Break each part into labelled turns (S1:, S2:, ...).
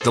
S1: The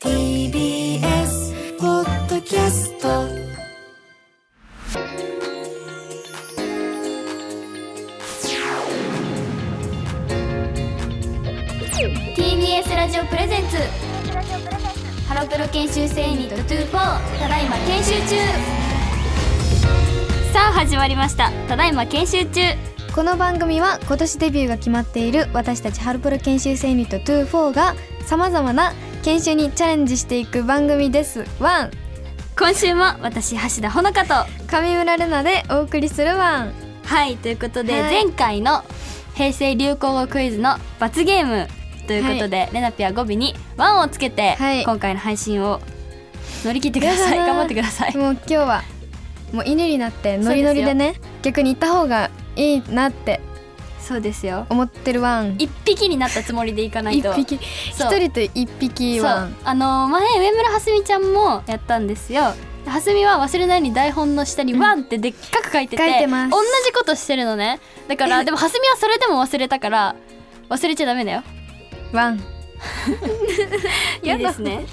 S2: TBS ポッドキャスト
S3: 「TBS ラジオプレゼンツ」ハロプロ研修生ユニット24ただいま研修中さあ始まりましたただいま研修中
S4: この番組は今年デビューが決まっている私たちハルプロ研修生ユニット24がさまざまな研修にチャレンジしていく番組です。ワン
S3: 今週も私橋田ほのかと
S4: 上村れなでお送りするワン
S3: はいということで、
S4: はい
S3: 前回の平成流行語クイズの罰ゲームということで、レナピア語尾に「ワン」をつけて、
S4: はい
S3: 今回の配信を乗り切ってください
S4: やだな
S3: 頑張ってください
S4: もう今日はもう犬になってノリノリでね逆に行った方がいいなって
S3: そうですよ
S4: 思ってるワン
S3: 一匹になったつもりでいかない
S4: 一
S3: と
S4: 匹一
S3: そう
S4: 人と一匹
S3: そ
S4: ワ
S3: う
S4: ン
S3: あの前上村はすみちゃんもやったんですよはすみは忘れないように台本の下に「ワン」ってでっかく書いてて,、
S4: 書いてます
S3: 同じことしてるのねだ からでもはすみはそれでも忘れたから忘れちゃダメだよ
S4: ワン
S3: いいですね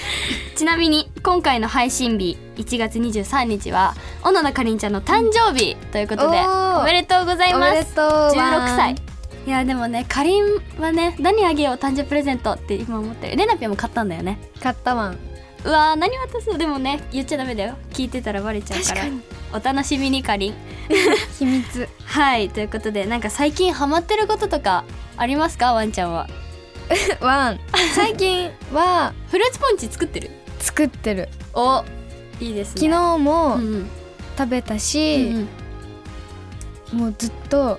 S3: ちなみに今回の配信日1月23日は小野田かりんちゃんの誕生日ということで
S4: おー
S3: おめでとうござい
S4: お
S3: ま
S4: めですとう
S3: 16
S4: ワン
S3: 歳いやでもねかりんはね何あげよう誕生日プレゼントって今思ってるレナピアも買ったんだよね
S4: 買ったワン
S3: うわー何渡すのでもね言っちゃダメだよ聞いてたらバレちゃうからお楽しみにかりん
S4: 秘密
S3: はいということでなんか最近ハマってることとかありますかワンちゃんは
S4: ワン最近は
S3: フルーツポンチ作ってる
S4: 作ってる
S3: おいいですね
S4: 昨日も
S3: うんうん
S4: 食べた
S3: う
S4: し、
S3: んうん
S4: もうずっと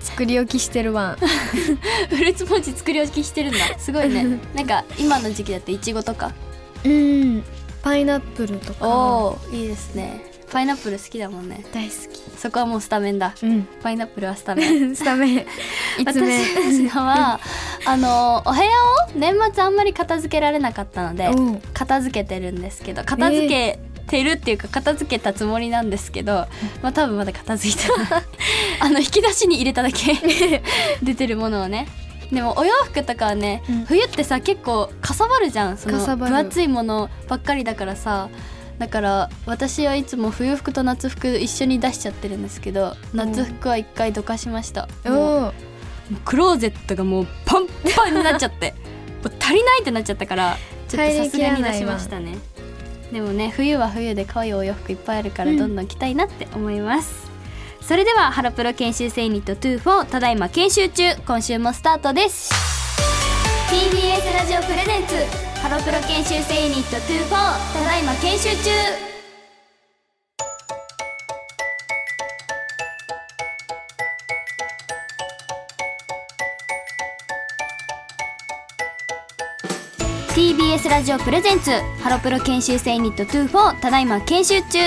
S4: 作り置きしてるワン
S3: フルーツポンチ作り置きしてるん だすごいねなんか今の時期だっていちごとか
S4: うんパイナップルとか
S3: おおいいですねパイナップル好きだもんね
S4: 大好
S3: そこはもうスタメンだ
S4: きうん
S3: パイナップルはスタメン
S4: スタメンいつめ
S3: 私 たちのはあのお部屋を年末あんまり片付けられなかったので
S4: うん
S3: 片付けてるんですけど片付けてるっていうか片付けたつもりなんですけど、まあ多分まだ片付いてない あの引き出しに入れただ け出てるものをねでもお洋服とかはね、
S4: うん
S3: 冬ってさ結構かさばるじゃんそ
S4: かさ
S3: の
S4: ば
S3: 分
S4: る
S3: 厚いものばっかりだからさだから私はいつも冬服と夏服一緒に出しちゃってるんですけど夏服は一回どかしました、もう
S4: おー
S3: クローゼットがもうパンパンになっちゃって もう足りないってなっちゃったからちょっとさすがに出しましたねでもね冬は冬で可愛いお洋服いっぱいあるからどんどん着たいなって思います、それではハロプロ研修生ユニット24ただいま研修中今週もスタートです TBS ラジオプレゼンツハロプロ研修生ユニット24ただいま研修中「TBS ラジオプレゼンツハロプロ研修生ユニット24ただいま研修中」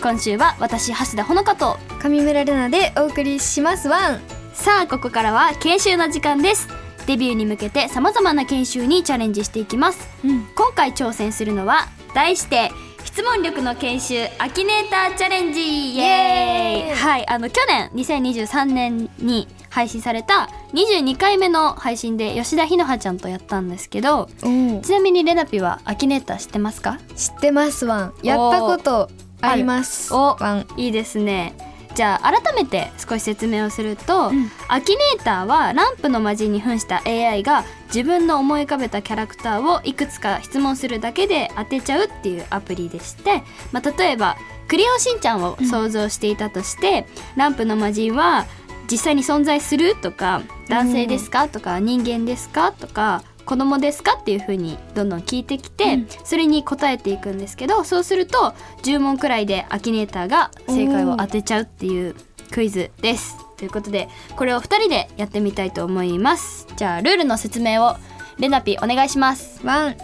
S3: 今週は私橋田ほのかと
S4: 上村れなでお送りしますワン
S3: さあここからは研修の時間ですデビューに向けてさまざまな研修にチャレンジしていきます、
S4: うん
S3: 今回挑戦するのは題して質問力の研修アキネーターチャレンジイエーイ
S4: イエーイ
S3: はいあの去年2023年に配信された22回目の配信で吉田ひのはちゃんとやったんですけど
S4: お
S3: ちなみにレナピはアキネーター知ってますか
S4: 知ってますワンやったことあります
S3: お
S4: ワン
S3: いいですねじゃあ改めて少し説明をすると、
S4: ん
S3: アキネーターはランプの魔人に扮した AI が自分の思い浮かべたキャラクターをいくつか質問するだけで当てちゃうっていうアプリでして、まあ、例えば「クレヨンしんちゃん」を想像していたとして、ランプの魔人は「実際に存在する?」とか「男性ですか?」とか「人間ですか?」とか「子供ですか?」っていうふうにどんどん聞いてきて、それに答えていくんですけどそうすると10問くらいでアキネーターが正解を当てちゃうっていうクイズです。ということでこれを2人でやってみたいと思います。じゃあルールの説明をレナピお願いします。
S4: ワン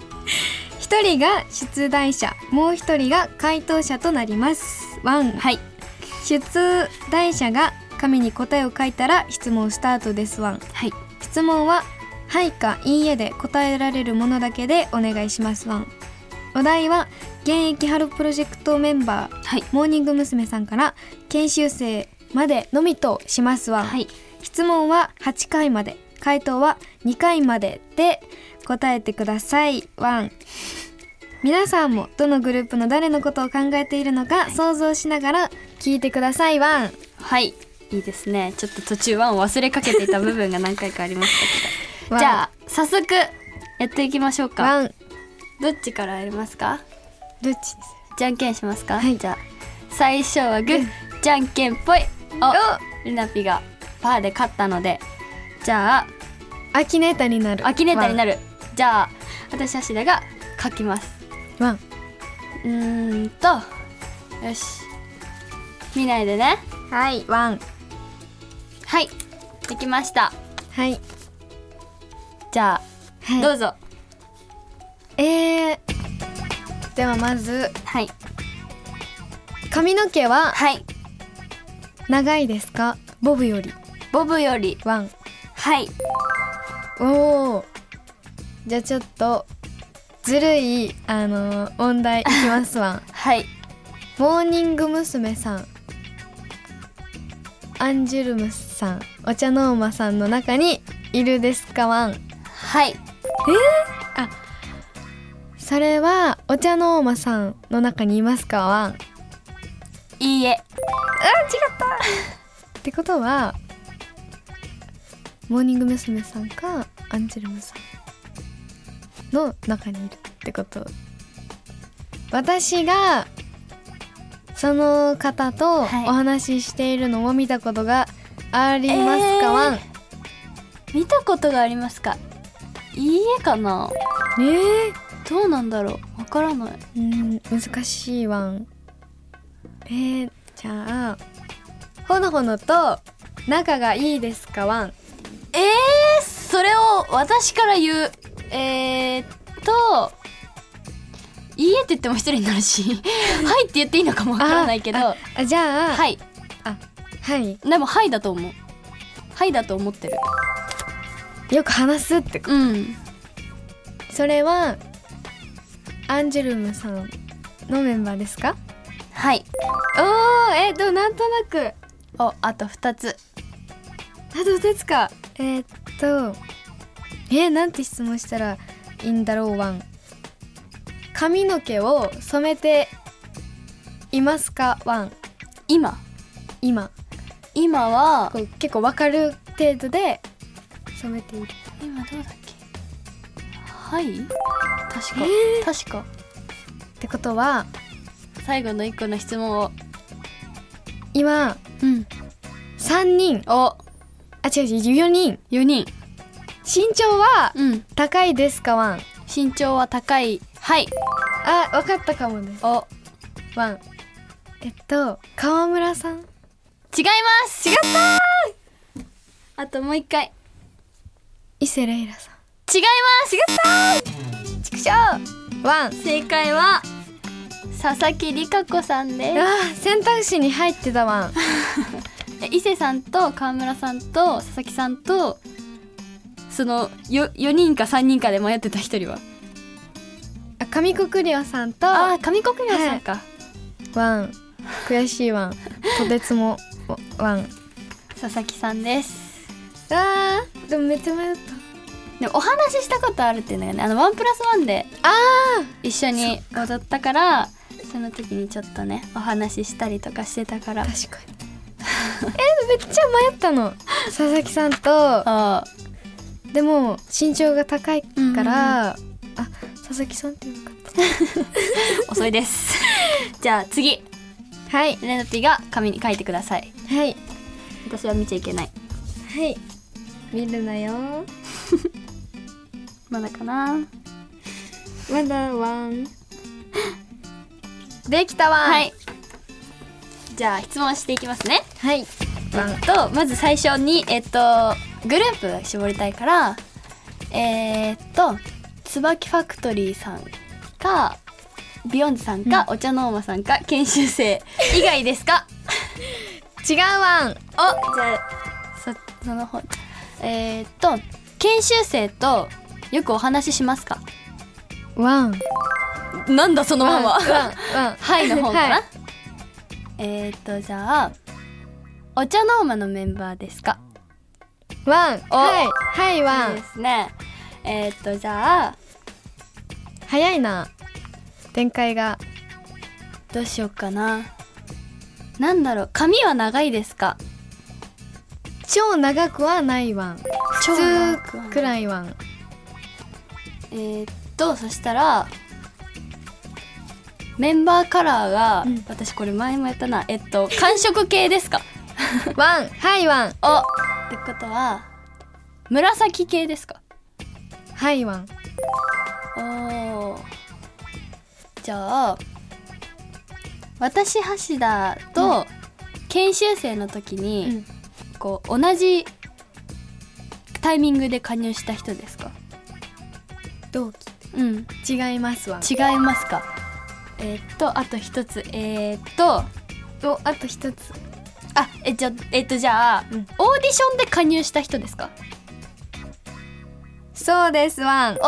S4: 一人が出題者もう一人が回答者となりますワン
S3: はい
S4: 出題者が紙に答えを書いたら質問スタートですワン
S3: はい
S4: 質問は「はい」か「いいえ」で答えられるものだけでお願いしますワンお題は現役ハロプロジェクトメンバー
S3: はい
S4: モーニング娘。さんから研修生までのみとしますワン、
S3: はい
S4: 質問は8回まで回答は2回までで答えてくださいワン皆さんもどのグループの誰のことを考えているのか想像しながら聞いてくださいワン
S3: はいいいですねちょっと途中ワンを忘れかけていた部分が何回かありましたけど
S4: ワン
S3: じゃあ早速やっていきましょうか
S4: ワン
S3: どっちからやりますか
S4: どっちにす
S3: じゃんけんしますか、
S4: はい
S3: じゃあ最初はグーじゃんけんぽいおルナピがパーで勝ったのでじゃあ
S4: るアキネーターになる
S3: アキネーターにな
S4: る
S3: るじゃあ私芦田が書きます
S4: ワン
S3: うーんとよし見ないでね
S4: はいワン
S3: はいできました
S4: はい、
S3: じゃあ、
S4: はい、
S3: どうぞ
S4: えー、ではまず
S3: はい
S4: 髪の毛は
S3: はい
S4: 長いですかボブより
S3: ボブより
S4: ワン
S3: はい
S4: おおじゃあちょっとずるいあのー問題いきます わ
S3: はい
S4: モーニング娘。さんアンジュルムスさんお茶の馬さんの中にいるですかワン
S3: はい
S4: それはお茶の馬さんの中にいますかワンっ
S3: いいえ
S4: てことはモーニング娘。さんかアンジュルムさんの中にいるってこと私がその方とお
S3: はい
S4: 話ししているのを見たことがあります
S3: えー
S4: か、ワン
S3: 見たことがありますかいいえかな
S4: え
S3: どうなんだろうわからない
S4: ー、うん難しいワンえー、じゃあほのほのと仲がいいですかワン
S3: えー、それを私から言うえー、っといいえって言っても失礼になる しはいって言っていいのかもわからないけど
S4: ああじゃあ、
S3: はいい
S4: はい、
S3: でもはいだと思うはいだと思ってる
S4: よく話すってこ
S3: うん
S4: とそれはアンジュルムさんのメンバーですか
S3: はい
S4: おーえでもなんとなく
S3: おあと2つ
S4: あと2つかえーっとえーなんて質問したらいいんだろうワン髪の毛を染めていますかワン
S3: 今
S4: 今
S3: 今は
S4: こう結構わかる程度で染めている
S3: 今どうだっけはい確か、確か
S4: ってことは
S3: 最後の1個の質問を
S4: 今
S3: うん
S4: 3人
S3: お
S4: あ違う違う4人
S3: 4人
S4: 身長は
S3: うん
S4: 高いですかワン
S3: 身長は高いはい
S4: あわかったかもです
S3: お
S4: ワンえっと川村さん
S3: 違います違ったあともう一回
S4: 伊勢レイラさん
S3: 違います違ったちくしょう
S4: ワン
S3: 正解は佐々木理香子さんで
S4: あー選択肢に入ってたワン
S3: すえ伊勢さんと川村さんと佐々木さんとそのよ4人か3人かで迷ってた一人は
S4: あ上国亮さんと
S3: ああ上国
S4: 良
S3: 良
S4: さ
S3: さ
S4: ん
S3: んか、
S4: ワン悔しいワンとてつもおワン
S3: 佐々木さんです
S4: あーでもめっちゃ迷った
S3: でもお話ししたことあるっていうのがねあのワンプラスワンで
S4: あ
S3: 一緒に踊ったからその時にちょっとねお話ししたりとかしてたから
S4: ー確かにえめっちゃ迷ったの佐々木さんと
S3: あ
S4: でも身長が高いか
S3: うん
S4: ら、
S3: うんうん
S4: あ佐々木さんってよかっ
S3: ー遅いです じゃあ次
S4: たはい
S3: レナピが紙に書いてください
S4: はい
S3: 私は見ちゃいけない
S4: はい見るなよ
S3: まだかな
S4: まだワンできたワン
S3: はいじゃあ質問していきますね
S4: はいワン
S3: とまず最初にえっとグループ絞りたいからえーっと椿ファクトリーさんかビヨンズさんか、お茶のーまさんか研修生以外ですか
S4: 違うわ ん
S3: おじゃあそその方えー、っと研修生とよくお話ししますか
S4: ワン
S3: なんだそのまま
S4: ワンワン
S3: はいの方かな、
S4: はい
S3: えー、っとじゃあお茶のーまのメンバーですか
S4: ワン
S3: お
S4: はいはいワ
S3: いいで
S4: ン
S3: すねえー、っとじゃあ
S4: 早いな展開が
S3: どうしようかななんだろう髪は長いですか
S4: 超長くはないワン
S3: 超長くはな
S4: 普
S3: い
S4: 通くらいワン
S3: えー、っとそしたらメンバーカラーが、
S4: うん
S3: 私これ前もやったなえっと寒色系です か
S4: ワンはいワン
S3: おってことは紫系ですか
S4: はいワン
S3: おーじゃあ私橋田と研修生の時に、こう同じタイミングで加入した人ですか
S4: 同期
S3: うん
S4: 違いますわ
S3: 違いますかえーっとあと一つえーっと
S4: おあと一つ
S3: あえじゃえーっとじゃあ、
S4: うん
S3: オーディションで加入した人ですか
S4: そうですワン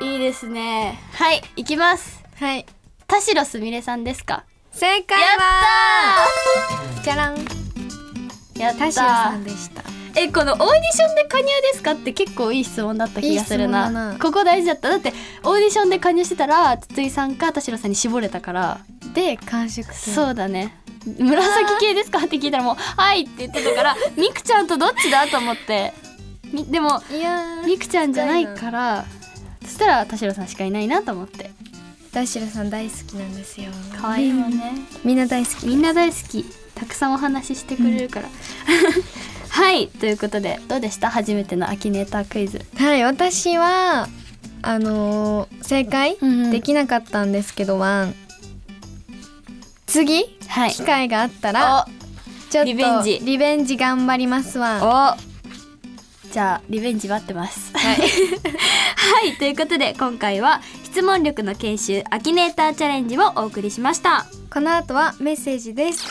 S3: おいいですねはい行きます
S4: はい
S3: 田代すみれさんですか
S4: 正解
S3: や
S4: はじゃらん
S3: やっ
S4: 田代さんでした
S3: えこのオーディションで加入ですかって結構いい質問だった気がするない
S4: い質問だな
S3: ここ大事だっただってオーディションで加入してたら筒井さんか田代さんに絞れたから、
S4: で完食
S3: そうだね紫系ですかって聞いたらもう「はい」って言ってた からみくちゃんとどっちだと思ってみでも
S4: いや
S3: みくちゃんじゃないからそしたら田代さんしかいないなと思って
S4: 田代さん大好きなんですよ
S3: 可愛いわね
S4: みんな大好き
S3: みんな大好きたくさんお話ししてくれるから、 はいということでどうでした初めてのアキネータークイズ
S4: はい私はあのー正解、
S3: うんうん
S4: できなかったんですけどワン次、
S3: はい
S4: 機会があったらちょっと
S3: リベンジ
S4: リベンジ頑張りますワン
S3: おじゃあリベンジ待ってますはい、 はい、ということで今回は質問力の研修アキネーターチャレンジをお送りしました
S4: この後はメッセージです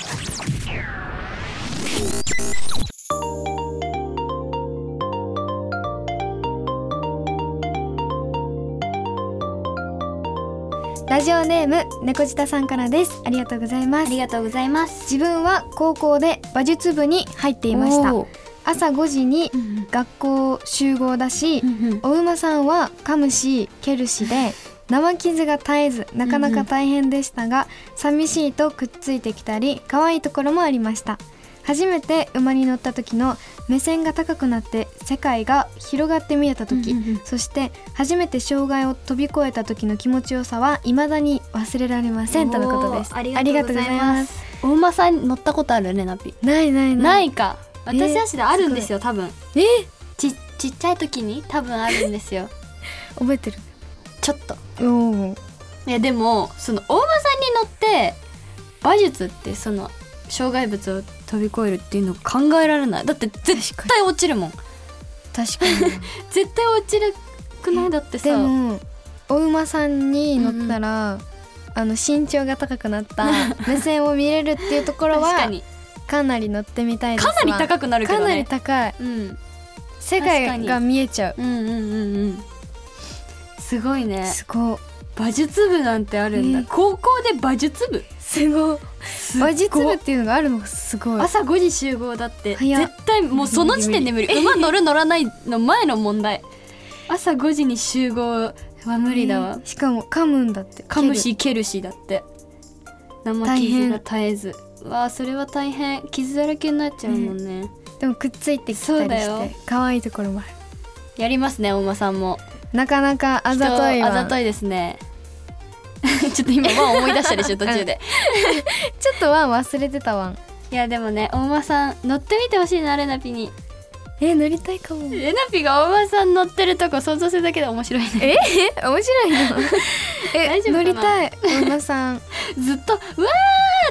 S4: ラジオネーム猫舌さんからですありがとうございま
S3: あ
S4: す
S3: りがとうございます
S4: 自分は高校で馬術部に入っていました
S3: おー
S4: 朝5時に
S3: んうん
S4: 学校集合だし、
S3: うんうん
S4: お馬さんは噛むし蹴るし で生傷が絶えずなかなか大変でしたが、寂しいとくっついてきたり可愛いところもありました初めて馬に乗った時の目線が高くなって世界が広がって見えた時、
S3: うんうんうん
S4: そして初めて障害を飛び越えた時の気持ちよさは未だに忘れられませんとのことです
S3: おーありがとうござい
S4: ありがとうございま
S3: ますすお馬さん乗ったことあるレナピ
S4: ないないない
S3: ないか
S4: え
S3: 私足であるんですよ、多分
S4: え
S3: ちちっちゃい時に多分あるんですよ
S4: 覚えてる
S3: ちょっと
S4: おお
S3: いやでもそのお馬さんに乗って馬術ってその障害物を飛び越えるっていうの考えられないだって絶対落ちるもん
S4: 確かに
S3: 絶対落ちるくないだってさ
S4: でもお馬さんに乗ったら、あの身長が高くなった目線を見れるっていうところ
S3: 確か
S4: は
S3: に
S4: かなり乗ってみたいです
S3: かな
S4: わ
S3: り高くなるけ
S4: か
S3: ど
S4: なり
S3: ね
S4: 高い
S3: うん、
S4: 世
S3: 確か
S4: 界
S3: に
S4: が見えちゃ
S3: うんうんうんうんすごいうね
S4: すごい
S3: 馬術部なんてあるんだ、
S4: ね
S3: 高校で馬術部
S4: すごい
S3: っごい
S4: 馬術部っていうのがあるのがすごい
S3: 朝5時集合だって
S4: 早っ
S3: 絶対もうその時点で無理馬乗る乗らないの前の問題朝5時に集合は無理だわ、
S4: ねしかも噛むんだって
S3: 噛むし蹴るしだって生
S4: 大
S3: 傷
S4: 変
S3: が絶えずわあそれは大変傷だらけになっちゃうもんね、
S4: 蹴るでもくっついてき
S3: そ
S4: た
S3: う
S4: り
S3: だ
S4: し
S3: よ
S4: て可愛いところもある
S3: やりますねお馬さんも
S4: なかなかあざとい
S3: 人
S4: わ
S3: あざといですね ちょっと今ワン思い出したでしょ途中で、
S4: ちょっとワン忘れてたワン
S3: いやでもねお馬さん乗ってみてほしいなレナピに
S4: え乗りたいかも
S3: レナピがお馬さん乗ってるとこ想像するだけで面白いね
S4: え 面白いの
S3: 大丈夫
S4: え
S3: かな
S4: 乗りたいお馬さん
S3: ずっと「うわ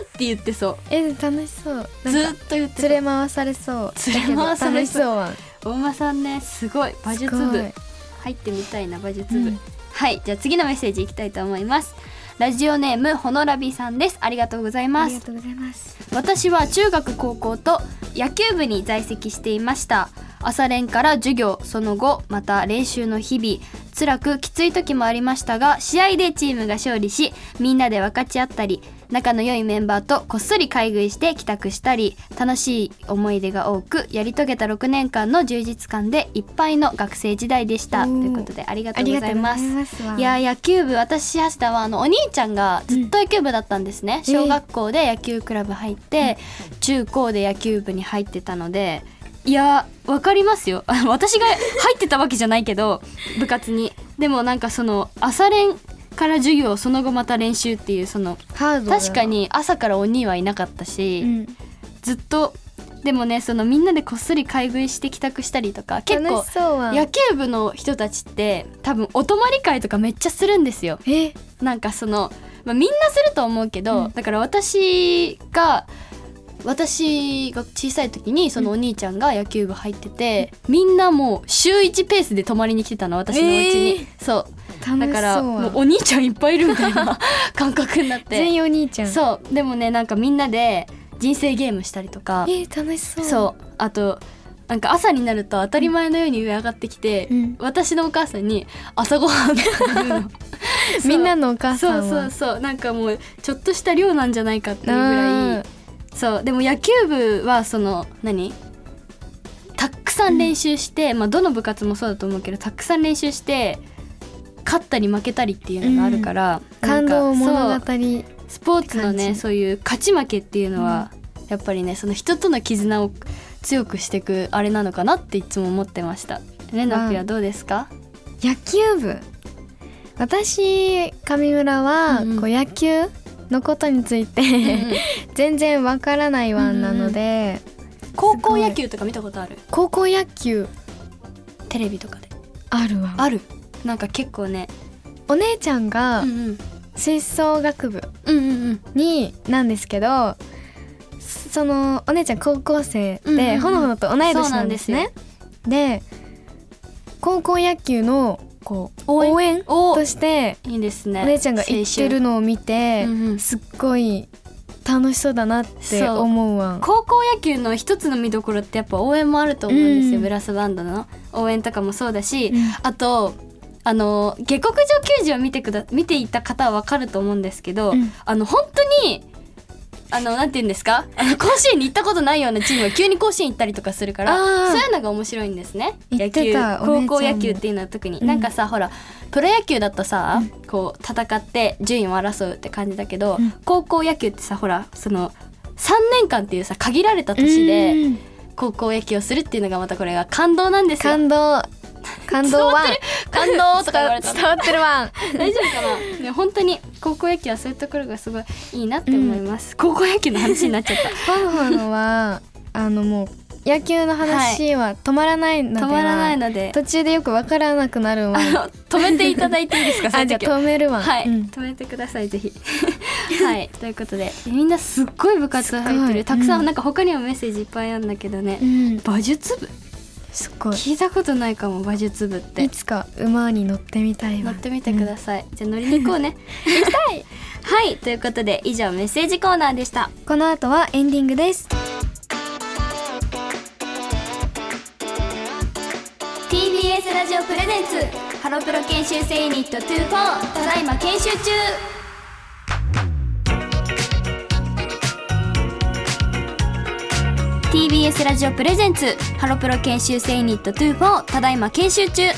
S3: ー!」って言ってそ
S4: え楽しそう
S3: うず
S4: な
S3: っ
S4: んか
S3: と言って
S4: 連
S3: る
S4: れ回されそう
S3: 連れ回されそう
S4: だけど楽しそうは
S3: お馬さんねすごい馬術
S4: すご
S3: 部
S4: い
S3: 入ってみたいな馬術
S4: う
S3: 部、
S4: ん
S3: はいじゃあ次のメッセージいきたいと思いますラジオネームほのらびさんですありがとうござい
S4: あ
S3: ま
S4: り
S3: す
S4: がとうございます
S3: 私は中学高校と野球部に在籍していました朝練から授業その後また練習の日々辛くきつい時もありましたが試合でチームが勝利しみんなで分かち合ったり仲の良いメンバーとこっそり買い食いして帰宅したり楽しい思い出が多くやり遂げた6年間の充実感でいっぱいの学生時代でした
S4: お
S3: と
S4: ー
S3: いうことでありがとうございます
S4: ありがとうございます
S3: いや野球部私明日はあのお兄ちゃんがずっと野球部だったんですね、小学校で野球クラブ入って、中高で野球部に入ってたのでいやわかりますよ 私が入ってたわけじゃないけ ど部活にでもなんかその朝練から授業その後また練習っていうその
S4: ハードだな
S3: 確かに朝から鬼はいなかったし、
S4: うん
S3: ずっとでもねそのみんなでこっそり買い食いして帰宅したりとか結構
S4: 楽しそうは
S3: 野球部の人たちって多分お泊まり会とかめっちゃするんですよ
S4: え
S3: なんかその、まあ、みんなすると思うけど、だから私が私が小さい時にそのお兄ちゃんが野球部入ってて、みんなもう週1ペースで泊まりに来てたの私のうちに、そう
S4: 楽しそう
S3: だからもう
S4: は
S3: お兄ちゃんいっぱいいるみたい な感覚になって
S4: 全員お兄ちゃんう
S3: そうでもねなんかみんなで人生ゲームしたりとか
S4: え楽しそう
S3: そうあとなんか朝になると当たり前のように上上がってきて、
S4: うん
S3: 私のお母さんに朝ごはんって言うの
S4: みんなのお母さ ん
S3: そ
S4: は
S3: うそうそうなんかもうちょっとした量なんじゃないかっていうぐ
S4: う
S3: ら
S4: ん
S3: いそうでも野球部はその何たくさん練習して、まあどの部活もそうだと思うけどたくさん練習して勝ったり負けたりっていうのがあるから、なん
S4: 感
S3: か
S4: 動
S3: そ
S4: 物
S3: う
S4: 語い
S3: スポーツの
S4: 感
S3: ね
S4: じ
S3: そういう勝ち負けっていうのは、やっぱりねその人との絆を強くしていくあれなのかなっていつも思ってました。ね
S4: ん
S3: なくやどうですか？
S4: 野球部私上村は、
S3: うんうん
S4: こう野球のことについて、 全然わからないワンなので、
S3: 高校野球とか見たことある？
S4: 高校野球
S3: テレビとかで。
S4: あるわ
S3: ある。なんか結構ね。
S4: お姉ちゃんが
S3: ん
S4: 吹奏楽部
S3: うんうん
S4: になんですけどそのお姉ちゃん高校生
S3: うんうんう
S4: で
S3: ん
S4: ほのほのと同い年
S3: そうな
S4: なんん
S3: で
S4: ですす
S3: よ
S4: ね。で高校野球のこう
S3: 応援
S4: 応援
S3: お
S4: として
S3: いいですね。
S4: お姉ちゃんが行ってる
S3: 青春
S4: のを見て、
S3: うんうん
S4: すっごい楽しそうだなって
S3: そう
S4: 思うわ
S3: 高校野球の一つの見どころってやっぱ応援もあると思うんですよ、
S4: うん
S3: ブラスバンドの応援とかもそうだし、
S4: うん
S3: あとあの下克上球児を見てくだ見ていた方は分かると思うんですけど、
S4: うん
S3: あの本当にあのなんて言うんですか あの甲子園に行ったことないようなチームが急に甲子園行ったりとかするから
S4: あー
S3: そういうのが面白いんですね
S4: 言
S3: 野
S4: って
S3: 球
S4: たお姉ちゃん
S3: 高
S4: も
S3: 校野球っていうのは特に、
S4: うん
S3: なんかさほらプロ野球だとさ、こう戦って順位を争うって感じだけど、
S4: うん
S3: 高校野球ってさほらその3年間っていうさ限られた年で
S4: うん
S3: 高校野球をするっていうのがまたこれが感動なんですよ
S4: 感動感動ワン
S3: 感動とか言われた
S4: 伝わってるワン
S3: 大丈夫かな、ね、本当に高校野球はそういうところがすごいいいなって思います、高校野球の話になっちゃった
S4: ファンファのはあのもう野球の話は止まら ないのでは、
S3: 止まらないので
S4: 途中でよくわからなくなるわ
S3: あの止めていただいていいですか
S4: あじゃあ止めるわ
S3: はい、
S4: うん
S3: 止めてください ぜひはいということでみんなすっごい部活入って
S4: すご
S3: る
S4: い
S3: たくさん、
S4: うん
S3: なんか他にもメッセージいっぱいあるんだけどね、
S4: うん
S3: 馬術部
S4: すごい
S3: 聞いたことないかも馬術部って
S4: いつか馬に乗ってみたい
S3: 乗
S4: わ
S3: ってみてください、じゃあ乗りに行こう ね行きたいはいということで以上メッセージコーナーでした
S4: この後はエンディングです。
S3: TBS ラジオプレゼンツハロプロ研修生ユニット24ただいま研修中「TBS ラジオプレゼンツハロプロ研修生ユニット24ただいま研修中」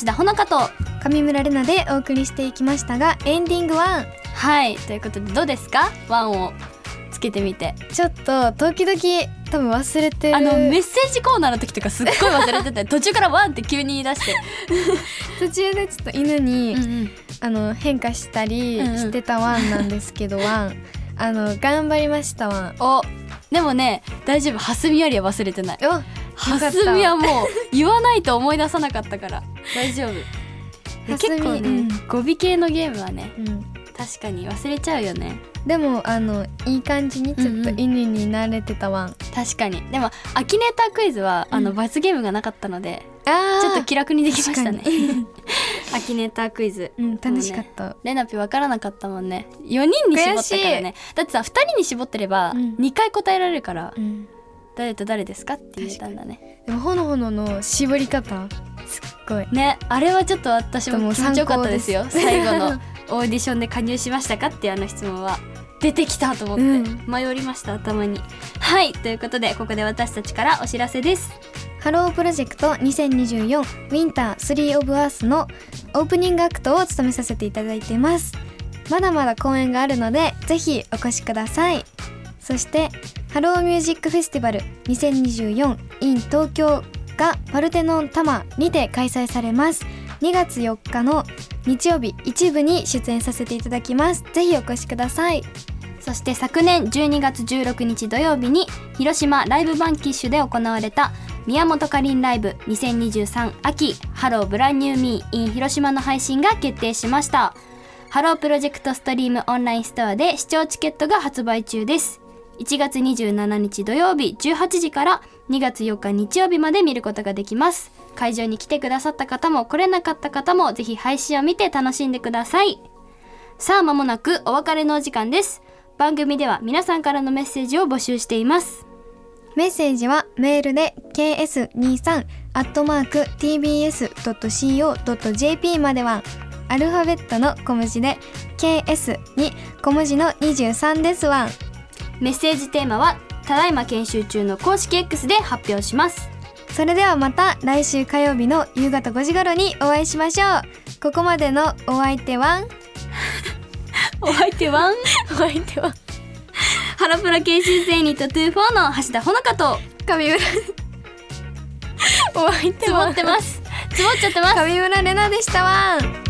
S3: 橋田ほのかと
S4: 上村れなでお送りしていきましたが、エンディングワン。
S3: はいということでどうですかワンをつけてみて
S4: ちょっと時々多分忘れてる。
S3: あのメッセージコーナーの時とかすっごい忘れ てた途中からワンって急に言い出して、
S4: 途中でちょっと犬に、あの変化したり
S3: うんうん
S4: してたワンなんですけど、ワン。 あの頑張りましたワン。
S3: おでもね大丈夫ハスミよりは忘れてない
S4: お、
S3: ハ
S4: かった
S3: スミはもう言わないと思い出さなかったから大丈夫
S4: 蓮見
S3: 結構ね、
S4: うん
S3: 語尾系のゲームはね
S4: うん、
S3: 確かに忘れちゃうよね
S4: でもあのいい感じにちょっと犬に慣れてたわん、
S3: 確かにでもアキネータークイズは、あの罰ゲームがなかったので
S4: あ
S3: ちょっ
S4: ちょ
S3: と
S4: っと
S3: 気楽にできましたね
S4: 確か
S3: アキネータークイズ
S4: うん楽しかった、
S3: レナピわからなかったもんね4人に絞ったからねだってさ2人に絞ってれば
S4: うん
S3: 2回答えられるから、
S4: うん
S3: 誰と誰ですかって言えたんだね
S4: でもほのほのの絞り方すっごい
S3: ねあれはちょっと私
S4: で
S3: も
S4: も
S3: 気持ちよかったですよ
S4: 参考です
S3: 最後の オーディションで加入しましたかっていうあの質問は出てきたと思って、
S4: うん
S3: 迷りました頭にはいということでここで私たちからお知らせです
S4: ハロープロジェクト2024ウィンター3オブアースのオープニングアクトを務めさせていただいていますまだまだ公演があるのでぜひお越しくださいそしてハローミュージックフェスティバル2024 in 東京がパルテノン多摩にて開催されます2月4日の日曜日一部に出演させていただきますぜひお越しください
S3: そして昨年12月16日土曜日に広島ライブバンキッシュで行われた宮本かりんライブ2023秋ハローブランニューミー in 広島の配信が決定しましたハロープロジェクトストリームオンラインストアで視聴チケットが発売中です1月27日土曜日18時から2月4日日曜日まで見ることができます会場に来てくださった方も来れなかった方もぜひ配信を見て楽しんでくださいさあ間もなくお別れのお時間です番組では皆さんからのメッセージを募集しています
S4: メッセージはメールで ks23 アットマーク tbs.co.jp まではアルファベットの小文字で ks に小文字の23ですわん
S3: メッセージテーマはただいま研修中の公式 X で発表します
S4: それではまた来週火曜日の夕方5時頃にお会いしましょうここまでのお相手は
S3: お相手はお相手はハロプロ研修生ユニット24の橋田ほのかと
S4: 上村お相手
S3: 積も
S4: は
S3: ってます積もっちゃってます
S4: 上村れなでしたわん
S3: バイバイ